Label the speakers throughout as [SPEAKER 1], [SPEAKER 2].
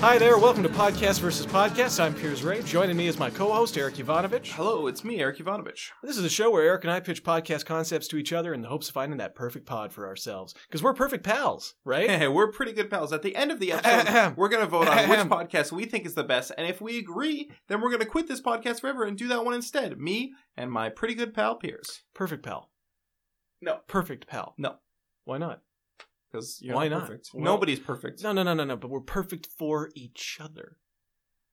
[SPEAKER 1] Hi there, welcome to Podcast versus Podcast. I'm Piers Ray. Joining me is my co-host Eric Ivanovich.
[SPEAKER 2] Hello, it's me, Eric Ivanovich.
[SPEAKER 1] This is a show where Eric and I pitch podcast concepts to each other in the hopes of finding that perfect pod for ourselves. Because we're perfect pals, right?
[SPEAKER 2] Hey, we're pretty good pals. At the end of the episode,
[SPEAKER 1] Ahem.
[SPEAKER 2] we're going to vote on which
[SPEAKER 1] Ahem.
[SPEAKER 2] podcast we think is the best. And if we agree, then we're going to quit this podcast forever and do that one instead. Me and my pretty good pal, Piers.
[SPEAKER 1] perfect pal.
[SPEAKER 2] No.
[SPEAKER 1] Perfect pal.
[SPEAKER 2] No.
[SPEAKER 1] Why not?
[SPEAKER 2] Because you're
[SPEAKER 1] Why
[SPEAKER 2] not
[SPEAKER 1] not?
[SPEAKER 2] perfect.
[SPEAKER 1] Well-
[SPEAKER 2] Nobody's perfect.
[SPEAKER 1] No, no, no, no, no. But we're perfect for each other.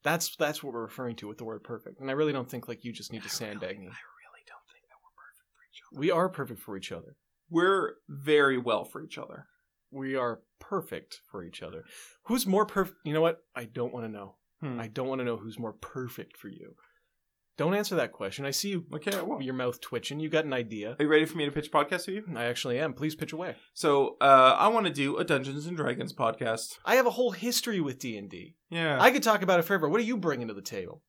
[SPEAKER 1] That's that's what we're referring to with the word perfect. And I really don't think like you just need to sandbag me.
[SPEAKER 2] really don't think that we're perfect for each
[SPEAKER 1] We are perfect for each other.
[SPEAKER 2] We're very well for each other.
[SPEAKER 1] We are perfect for each other. Who's more perfect? You know what? I don't want to know.
[SPEAKER 2] Hmm.
[SPEAKER 1] I don't want to know who's more perfect for you. Don't answer that question. I see you,
[SPEAKER 2] Okay, well.
[SPEAKER 1] your mouth twitching. You got an idea.
[SPEAKER 2] Are you ready for me to pitch a podcast to you?
[SPEAKER 1] I actually am. Please pitch away.
[SPEAKER 2] So, uh, I want to do a Dungeons and Dragons podcast.
[SPEAKER 1] I have a whole history with D and D.
[SPEAKER 2] Yeah.
[SPEAKER 1] I could talk about it forever. What are you bringing to the table?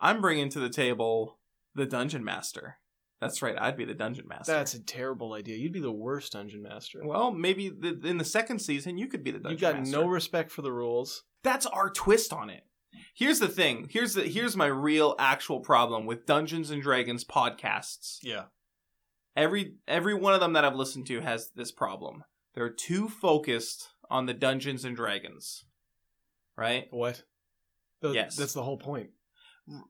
[SPEAKER 2] I'm bringing to the table the dungeon master. That's right, I'd be the dungeon master.
[SPEAKER 1] That's a terrible idea. You'd be the worst dungeon master.
[SPEAKER 2] well, maybe the, in the second season you could be the dungeon
[SPEAKER 1] You've got
[SPEAKER 2] master.
[SPEAKER 1] no respect for the rules.
[SPEAKER 2] That's our twist on it. Here's the thing. Here's the here's my real actual problem with Dungeons and Dragons podcasts.
[SPEAKER 1] Yeah.
[SPEAKER 2] Every every one of them that I've listened to has this problem. They're too focused on the Dungeons and Dragons. Right?
[SPEAKER 1] What? Th-
[SPEAKER 2] Yes.
[SPEAKER 1] That's the whole point.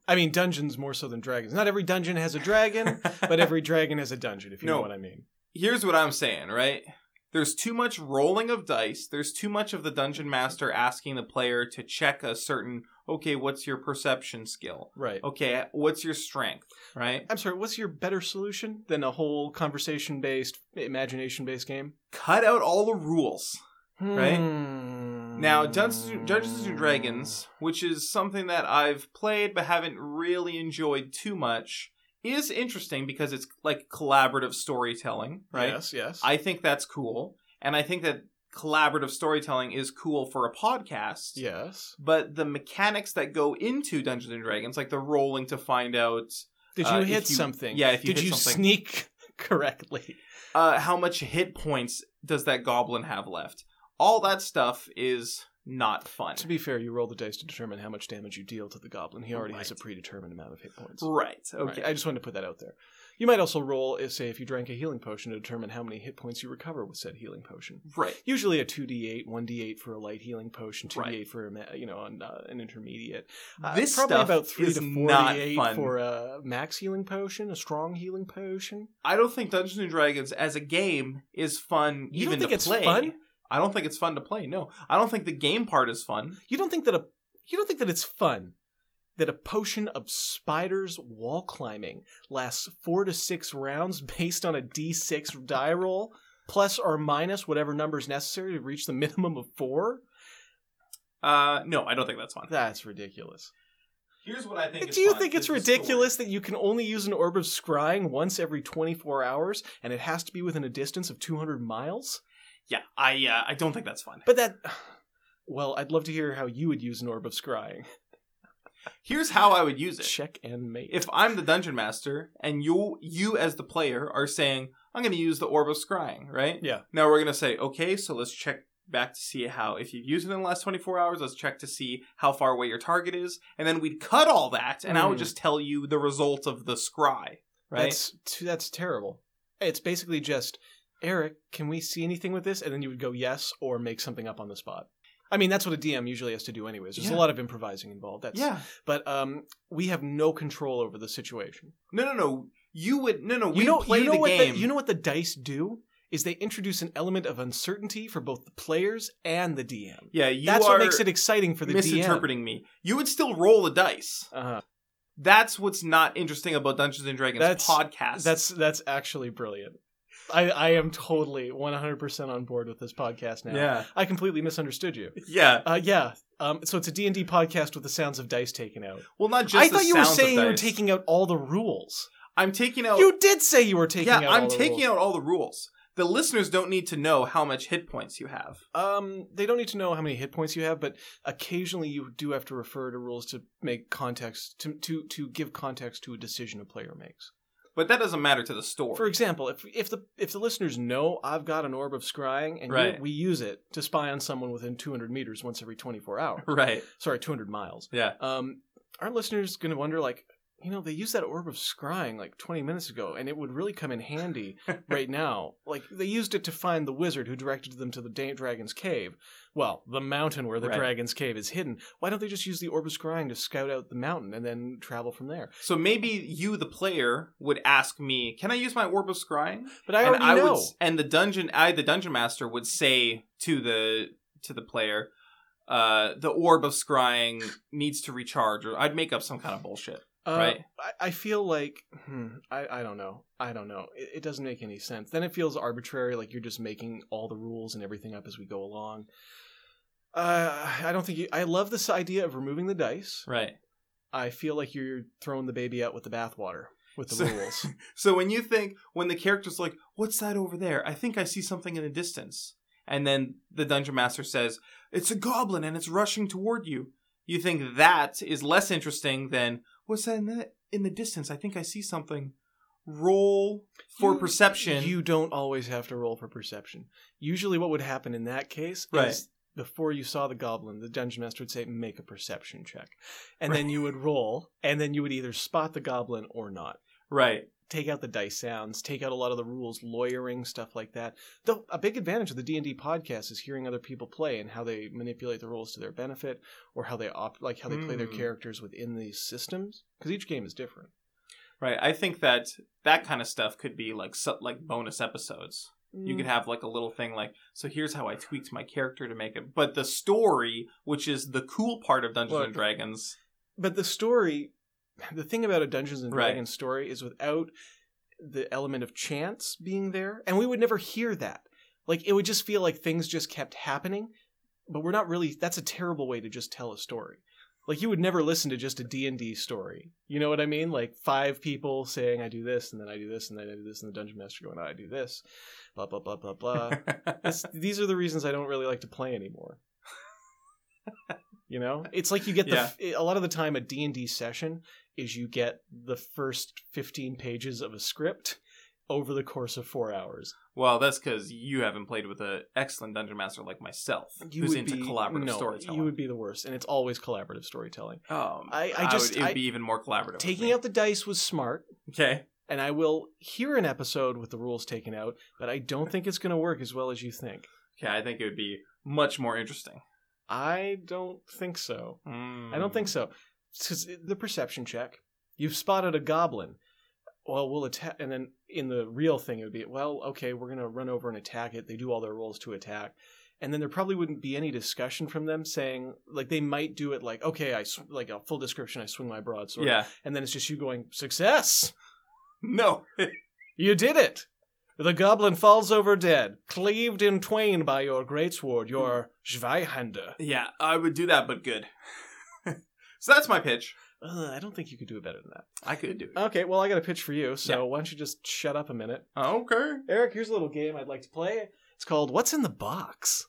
[SPEAKER 1] I mean, dungeons more so than dragons. Not every dungeon has a dragon, but every dragon has a dungeon, if you
[SPEAKER 2] No.
[SPEAKER 1] know what I mean.
[SPEAKER 2] here's what I'm saying, right? There's too much rolling of dice. There's too much of the dungeon master asking the player to check a certain, okay, what's your perception skill?
[SPEAKER 1] Right.
[SPEAKER 2] Okay, what's your strength, right?
[SPEAKER 1] Oh, I'm sorry, what's your better solution than a whole conversation based, imagination based game?
[SPEAKER 2] Cut out all the rules. Right?
[SPEAKER 1] Hmm.
[SPEAKER 2] Now, Dungeons, Dungeons and Dragons, which is something that I've played but haven't really enjoyed too much, is interesting because it's like collaborative storytelling, right?
[SPEAKER 1] Yes, yes.
[SPEAKER 2] I think that's cool. And I think that collaborative storytelling is cool for a podcast.
[SPEAKER 1] yes.
[SPEAKER 2] but the mechanics that go into Dungeons and Dragons, like the rolling to find out
[SPEAKER 1] Did you
[SPEAKER 2] Uh, if
[SPEAKER 1] hit
[SPEAKER 2] you-
[SPEAKER 1] something?
[SPEAKER 2] yeah, if you
[SPEAKER 1] Did you
[SPEAKER 2] hit something.
[SPEAKER 1] sneak correctly?
[SPEAKER 2] uh, how much hit points does that goblin have left, all that stuff is not fun.
[SPEAKER 1] To be fair, you roll the dice to determine how much damage you deal to the goblin. He already has a
[SPEAKER 2] Right.
[SPEAKER 1] predetermined amount of hit points.
[SPEAKER 2] Right.
[SPEAKER 1] Okay,
[SPEAKER 2] Okay.
[SPEAKER 1] I just wanted to put that out there. You might also roll, uh, say, if you drank a healing potion to determine how many hit points you recover with said healing potion.
[SPEAKER 2] Right.
[SPEAKER 1] Usually a 2d8, 1d8 for a light healing potion, 2d8
[SPEAKER 2] Right.
[SPEAKER 1] for a, ma- you know on, uh, an intermediate. Uh,
[SPEAKER 2] This
[SPEAKER 1] probably
[SPEAKER 2] stuff
[SPEAKER 1] about 3
[SPEAKER 2] is
[SPEAKER 1] to 4
[SPEAKER 2] not
[SPEAKER 1] d8
[SPEAKER 2] fun.
[SPEAKER 1] for a max healing potion, a strong healing potion.
[SPEAKER 2] I don't think Dungeons and Dragons as a game is fun.
[SPEAKER 1] You
[SPEAKER 2] even
[SPEAKER 1] don't think
[SPEAKER 2] to
[SPEAKER 1] it's
[SPEAKER 2] play.
[SPEAKER 1] fun?
[SPEAKER 2] I don't think it's fun to play. No, I don't think the game part is fun.
[SPEAKER 1] You don't think that a you don't think that it's fun that a potion of spiders wall climbing lasts 4 to 6 rounds based on a d6 die roll plus or minus whatever number is necessary to reach the minimum of 4?
[SPEAKER 2] Uh, no, I don't think that's fun.
[SPEAKER 1] That's ridiculous.
[SPEAKER 2] Here's what I think. is
[SPEAKER 1] Do you
[SPEAKER 2] fun,
[SPEAKER 1] think
[SPEAKER 2] is
[SPEAKER 1] it's
[SPEAKER 2] the story.
[SPEAKER 1] ridiculous that you can only use an orb of scrying once every 24 hours and it has to be within a distance of 200 miles?
[SPEAKER 2] Yeah, I uh, I don't think that's fun.
[SPEAKER 1] But that. Well, I'd love to hear how you would use an orb of scrying.
[SPEAKER 2] Here's how I would use it.
[SPEAKER 1] Check and mate.
[SPEAKER 2] if I'm the dungeon master and you you as the player are saying, I'm gonna use the orb of scrying, right?
[SPEAKER 1] Yeah.
[SPEAKER 2] Now we're gonna say, okay, so let's check back to see how if you've used it in the last 24 hours, let's check to see how far away your target is, and then we'd cut all that, and I would
[SPEAKER 1] Mm.
[SPEAKER 2] just tell you the result of the scry, right?
[SPEAKER 1] That's t- that's terrible. It's basically just Eric. Can we see anything with this? And then you would go yes or make something up on the spot. I mean, that's what a DM usually has to do, anyways. There's a
[SPEAKER 2] Yeah.
[SPEAKER 1] lot of improvising involved. That's,
[SPEAKER 2] yeah.
[SPEAKER 1] But um, we have no control over the situation.
[SPEAKER 2] No, no, no. You would no, no.
[SPEAKER 1] You
[SPEAKER 2] we
[SPEAKER 1] know,
[SPEAKER 2] play
[SPEAKER 1] you know
[SPEAKER 2] the
[SPEAKER 1] what
[SPEAKER 2] game.
[SPEAKER 1] The, you know what the dice do is they introduce an element of uncertainty for both the players and the DM.
[SPEAKER 2] yeah, you
[SPEAKER 1] that's
[SPEAKER 2] are
[SPEAKER 1] what makes it exciting for the
[SPEAKER 2] misinterpreting me. You would still roll the dice.
[SPEAKER 1] DM. Uh-huh.
[SPEAKER 2] That's what's not interesting about Dungeons and Dragons
[SPEAKER 1] That's-
[SPEAKER 2] podcast.
[SPEAKER 1] That's that's actually brilliant. I, I am totally 100% on board with this podcast now.
[SPEAKER 2] yeah,
[SPEAKER 1] I completely misunderstood you.
[SPEAKER 2] yeah.
[SPEAKER 1] Uh, yeah. Um, so it's a D and D podcast with the sounds of dice taken out.
[SPEAKER 2] Well, not just.
[SPEAKER 1] I
[SPEAKER 2] the
[SPEAKER 1] thought you were
[SPEAKER 2] sounds of
[SPEAKER 1] saying you were
[SPEAKER 2] dice.
[SPEAKER 1] taking out all the rules.
[SPEAKER 2] I'm taking out.
[SPEAKER 1] You did say you were taking
[SPEAKER 2] yeah,
[SPEAKER 1] out.
[SPEAKER 2] I'm
[SPEAKER 1] all the
[SPEAKER 2] taking
[SPEAKER 1] rules.
[SPEAKER 2] out all the rules. The listeners don't need to know how much hit points you have.
[SPEAKER 1] Um, they don't need to know how many hit points you have, but occasionally you do have to refer to rules to make context to to to give context to a decision a player makes.
[SPEAKER 2] but that doesn't matter to the story.
[SPEAKER 1] For example, if if the if the listeners know I've got an orb of scrying and you-
[SPEAKER 2] Right.
[SPEAKER 1] we use it to spy on someone within 200 meters once every 24 hours,
[SPEAKER 2] right.
[SPEAKER 1] sorry, 200 miles.
[SPEAKER 2] Yeah.
[SPEAKER 1] Um, aren't listeners going to wonder like, you know, they used that orb of scrying like 20 minutes ago, and it would really come in handy right now. Like they used it to find the wizard who directed them to the da- dragon's cave. Well, the mountain where the
[SPEAKER 2] Right.
[SPEAKER 1] dragon's cave is hidden. Why don't they just use the orb of scrying to scout out the mountain and then travel from there?
[SPEAKER 2] So maybe you, the player, would ask me, "Can I use my orb of scrying?"
[SPEAKER 1] But I
[SPEAKER 2] and
[SPEAKER 1] already
[SPEAKER 2] I
[SPEAKER 1] know.
[SPEAKER 2] would, s- and the dungeon, I, the dungeon master, would say to the to the player, uh, "The orb of scrying needs to recharge," or I'd make up some kind of bullshit.
[SPEAKER 1] Uh,
[SPEAKER 2] right?
[SPEAKER 1] I, I feel like hmm, I, I don't know. I don't know. It, it doesn't make any sense. Then it feels arbitrary, like you're just making all the rules and everything up as we go along. Uh, I don't think you, I love this idea of removing the dice.
[SPEAKER 2] Right.
[SPEAKER 1] I feel like you're throwing the baby out with the bathwater with the
[SPEAKER 2] So-
[SPEAKER 1] rules.
[SPEAKER 2] So when you think when the character's like, "What's that over there?" I think I see something in the distance, and then the dungeon master says, "It's a goblin and it's rushing toward you." You think that is less interesting than what's that in the in the distance? I think I see something. Roll for
[SPEAKER 1] You-
[SPEAKER 2] perception.
[SPEAKER 1] You don't always have to roll for perception. Usually, what would happen in that case
[SPEAKER 2] Right.
[SPEAKER 1] is before you saw the goblin, the dungeon master would say, "Make a perception check," and then
[SPEAKER 2] Right.
[SPEAKER 1] you would roll, and then you would either spot the goblin or not.
[SPEAKER 2] right.
[SPEAKER 1] take out the dice sounds, take out a lot of the rules, lawyering stuff like that. Though a big advantage of the D and D podcast is hearing other people play and how they manipulate the rules to their benefit, or how they opt, like how they play their
[SPEAKER 2] Hmm.
[SPEAKER 1] characters within these systems, because each game is different.
[SPEAKER 2] Right. I think that that kind of stuff could be like su- like bonus episodes. You
[SPEAKER 1] Mm.
[SPEAKER 2] could have like a little thing like, so here's how I tweaked my character to make it. But the story, which is the cool part of Dungeons
[SPEAKER 1] Look.
[SPEAKER 2] and Dragons,
[SPEAKER 1] but the story, the thing about a Dungeons and
[SPEAKER 2] Right.
[SPEAKER 1] Dragons story is without the element of chance being there, and we would never hear that. Like it would just feel like things just kept happening, but we're not really. That's a terrible way to just tell a story. Like you would never listen to just a D and D story. You know what I mean? Like five people saying I do this and then I do this and then I do this and the dungeon master going I do this, blah blah blah blah blah. That's, these are the reasons I don't really like to play anymore. you know, it's like you get the
[SPEAKER 2] Yeah.
[SPEAKER 1] f- a lot of the time a D and D session is you get the first fifteen pages of a script over the course of four hours.
[SPEAKER 2] Well, that's because you haven't played with an excellent dungeon master like myself,
[SPEAKER 1] You
[SPEAKER 2] who's
[SPEAKER 1] would
[SPEAKER 2] into
[SPEAKER 1] be-
[SPEAKER 2] collaborative
[SPEAKER 1] no,
[SPEAKER 2] storytelling.
[SPEAKER 1] You would be the worst, and it's always collaborative storytelling.
[SPEAKER 2] um,
[SPEAKER 1] I- I just-
[SPEAKER 2] would, it would
[SPEAKER 1] I-
[SPEAKER 2] be even more collaborative. with
[SPEAKER 1] Taking
[SPEAKER 2] me.
[SPEAKER 1] out the dice was smart,
[SPEAKER 2] okay,
[SPEAKER 1] and I will hear an episode with the rules taken out, but I don't think it's going to work as well as you think.
[SPEAKER 2] okay, I think it would be much more interesting.
[SPEAKER 1] I don't think so. I
[SPEAKER 2] Mm.
[SPEAKER 1] don't think so. 'Cause the perception check. You've spotted a goblin. Well, we'll attack, and then in the real thing, it would be well, okay, we're gonna run over and attack it. They do all their rolls to attack, and then there probably wouldn't be any discussion from them saying like they might do it like okay, I sw- like a full description. I swing my broadsword,
[SPEAKER 2] Yeah,
[SPEAKER 1] and then it's just you going success.
[SPEAKER 2] no,
[SPEAKER 1] You did it. The goblin falls over dead, cleaved in twain by your greatsword, your Zweihander.
[SPEAKER 2] yeah, I would do that, but good. so that's my pitch.
[SPEAKER 1] Ugh, I don't think you could do it better than that.
[SPEAKER 2] I could do it.
[SPEAKER 1] Okay, well, I got a pitch for you, so why don't you just shut up a minute?
[SPEAKER 2] okay.
[SPEAKER 1] Eric, here's a little game I'd like to play. It's called What's in the Box?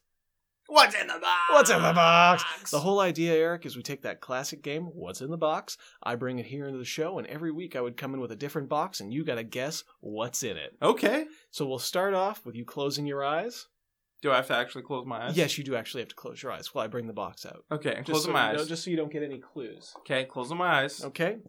[SPEAKER 2] What's in the box?
[SPEAKER 1] What's in the box? The whole idea, Eric, is we take that classic game, What's in the Box, I bring it here into the show, and every week I would come in with a different box, and you gotta guess what's in it.
[SPEAKER 2] okay.
[SPEAKER 1] So we'll start off with you closing your eyes.
[SPEAKER 2] Do I have to actually close my eyes?
[SPEAKER 1] Yes, you do actually have to close your eyes while I bring the box out.
[SPEAKER 2] Okay, I'm
[SPEAKER 1] Just
[SPEAKER 2] closing
[SPEAKER 1] so
[SPEAKER 2] my
[SPEAKER 1] you
[SPEAKER 2] eyes.
[SPEAKER 1] don't- just so you don't get any clues.
[SPEAKER 2] Okay, closing my eyes.
[SPEAKER 1] Okay?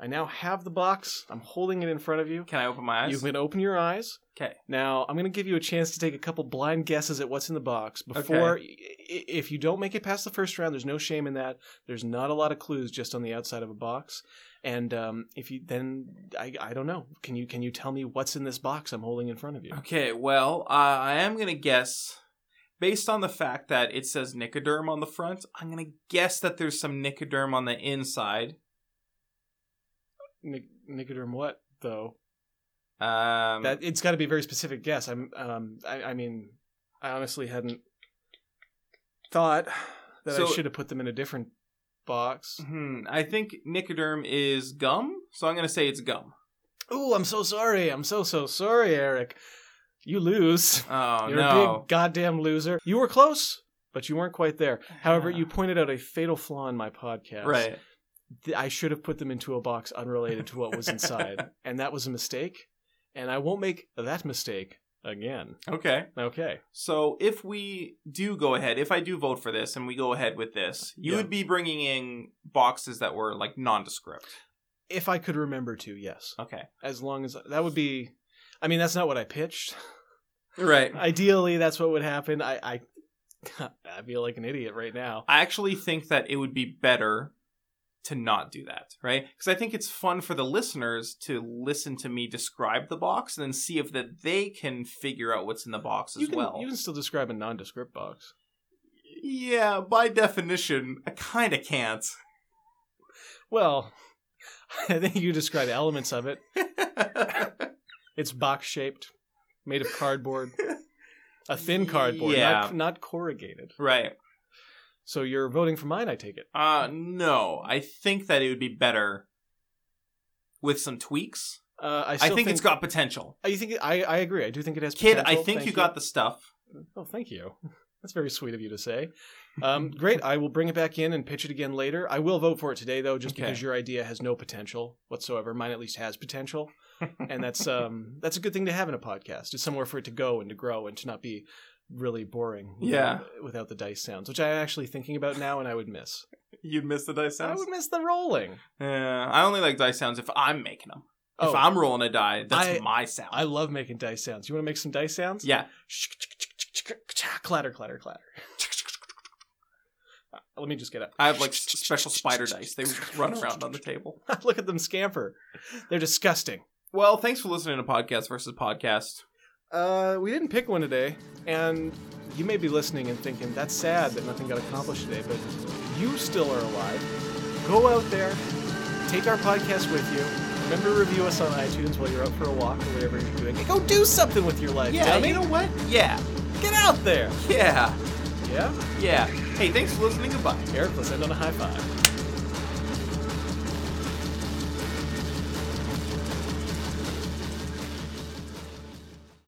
[SPEAKER 1] I now have the box, I'm holding it in front of you.
[SPEAKER 2] Can I open my eyes?
[SPEAKER 1] You can open your eyes.
[SPEAKER 2] 'Kay.
[SPEAKER 1] Now I'm going to give you a chance to take a couple blind guesses at what's in the box before. i- i- If you don't make it past the first round, there's no shame in that. There's not a lot of clues just on the outside of a box. And um, if you then, I, I don't know. Can you can you tell me what's in this box I'm holding in front of you?
[SPEAKER 2] Okay, well, uh, I am going to guess, based on the fact that it says Nicoderm on the front, I'm going to guess that there's some Nicoderm on the inside.
[SPEAKER 1] Nic- Nicoderm, what though?
[SPEAKER 2] Um,
[SPEAKER 1] that it's got to be a very specific guess. I'm. Um. I, I mean, I honestly hadn't thought that
[SPEAKER 2] So-
[SPEAKER 1] I should have put them in a different box.
[SPEAKER 2] hmm, I think Nicoderm is gum, so I'm going to say it's gum.
[SPEAKER 1] Ooh, I'm so sorry. I'm so so sorry, Eric. You lose.
[SPEAKER 2] Oh,
[SPEAKER 1] You're a
[SPEAKER 2] no.
[SPEAKER 1] big goddamn loser. You were close, but you weren't quite there. However,
[SPEAKER 2] Yeah.
[SPEAKER 1] you pointed out a fatal flaw in my podcast.
[SPEAKER 2] Right.
[SPEAKER 1] th- I should have put them into a box unrelated to what was inside, and that was a mistake. And I won't make that mistake again.
[SPEAKER 2] Okay.
[SPEAKER 1] Okay.
[SPEAKER 2] So if we do go ahead, if I do vote for this and we go ahead with this, you
[SPEAKER 1] Yeah.
[SPEAKER 2] would be bringing in boxes that were like nondescript.
[SPEAKER 1] If I could remember to, yes.
[SPEAKER 2] Okay.
[SPEAKER 1] As long as that would be, I mean, that's not what I pitched.
[SPEAKER 2] Right.
[SPEAKER 1] Ideally, that's what would happen. I, I, I feel like an idiot right now.
[SPEAKER 2] I actually think that it would be better to not do that, right? Because I think it's fun for the listeners to listen to me describe the box and then see if that they can figure out what's in the box as
[SPEAKER 1] You can,
[SPEAKER 2] well.
[SPEAKER 1] you can still describe a nondescript box.
[SPEAKER 2] Yeah, by definition, I kind of can't.
[SPEAKER 1] Well, I think you describe elements of it. It's box shaped, made of cardboard, a thin cardboard,
[SPEAKER 2] Yeah.
[SPEAKER 1] not, not corrugated.
[SPEAKER 2] right.
[SPEAKER 1] So you're voting for mine, I take it.
[SPEAKER 2] Uh no, I think that it would be better with some tweaks.
[SPEAKER 1] Uh, I,
[SPEAKER 2] I,
[SPEAKER 1] still
[SPEAKER 2] think, it's got potential.
[SPEAKER 1] I think I, I agree. I do think it has.
[SPEAKER 2] Kid, I
[SPEAKER 1] potential.
[SPEAKER 2] think
[SPEAKER 1] Thank
[SPEAKER 2] you, got the stuff.
[SPEAKER 1] Oh, thank you. That's very sweet of you to say. Um, great. I will bring it back in and pitch it again later. I will vote for it today, though, just
[SPEAKER 2] Okay.
[SPEAKER 1] because your idea has no potential whatsoever. Mine at least has potential, and that's um, that's a good thing to have in a podcast. It's somewhere for it to go and to grow and to not be really boring.
[SPEAKER 2] Yeah.
[SPEAKER 1] Without the dice sounds, which I'm actually thinking about now, and I would miss.
[SPEAKER 2] You'd miss the dice
[SPEAKER 1] I would miss the rolling.
[SPEAKER 2] Yeah, I only like dice sounds if I'm making them.
[SPEAKER 1] Oh,
[SPEAKER 2] If I'm rolling a die,
[SPEAKER 1] I-
[SPEAKER 2] that's my sound.
[SPEAKER 1] I love making dice sounds. You want to make some dice sounds?
[SPEAKER 2] yeah.
[SPEAKER 1] Clatter, clatter, clatter. Uh, Let me just get up.
[SPEAKER 2] I have like s- special spider dice. They run around on the table.
[SPEAKER 1] Look at them scamper. They're disgusting.
[SPEAKER 2] Well, thanks for listening to Podcast versus Podcast.
[SPEAKER 1] Uh, we didn't pick one today, and you may be listening and thinking that's sad that nothing got accomplished today, but you still are alive. Go out there, take our podcast with you. Remember to review us on iTunes while you're out for a walk or whatever you're doing. And go do something with your life.
[SPEAKER 2] Yeah,
[SPEAKER 1] dummy.
[SPEAKER 2] you know what? Yeah.
[SPEAKER 1] get out there.
[SPEAKER 2] Yeah.
[SPEAKER 1] Yeah.
[SPEAKER 2] Yeah. Hey, thanks for listening. Goodbye.
[SPEAKER 1] Eric, let's end on a high five.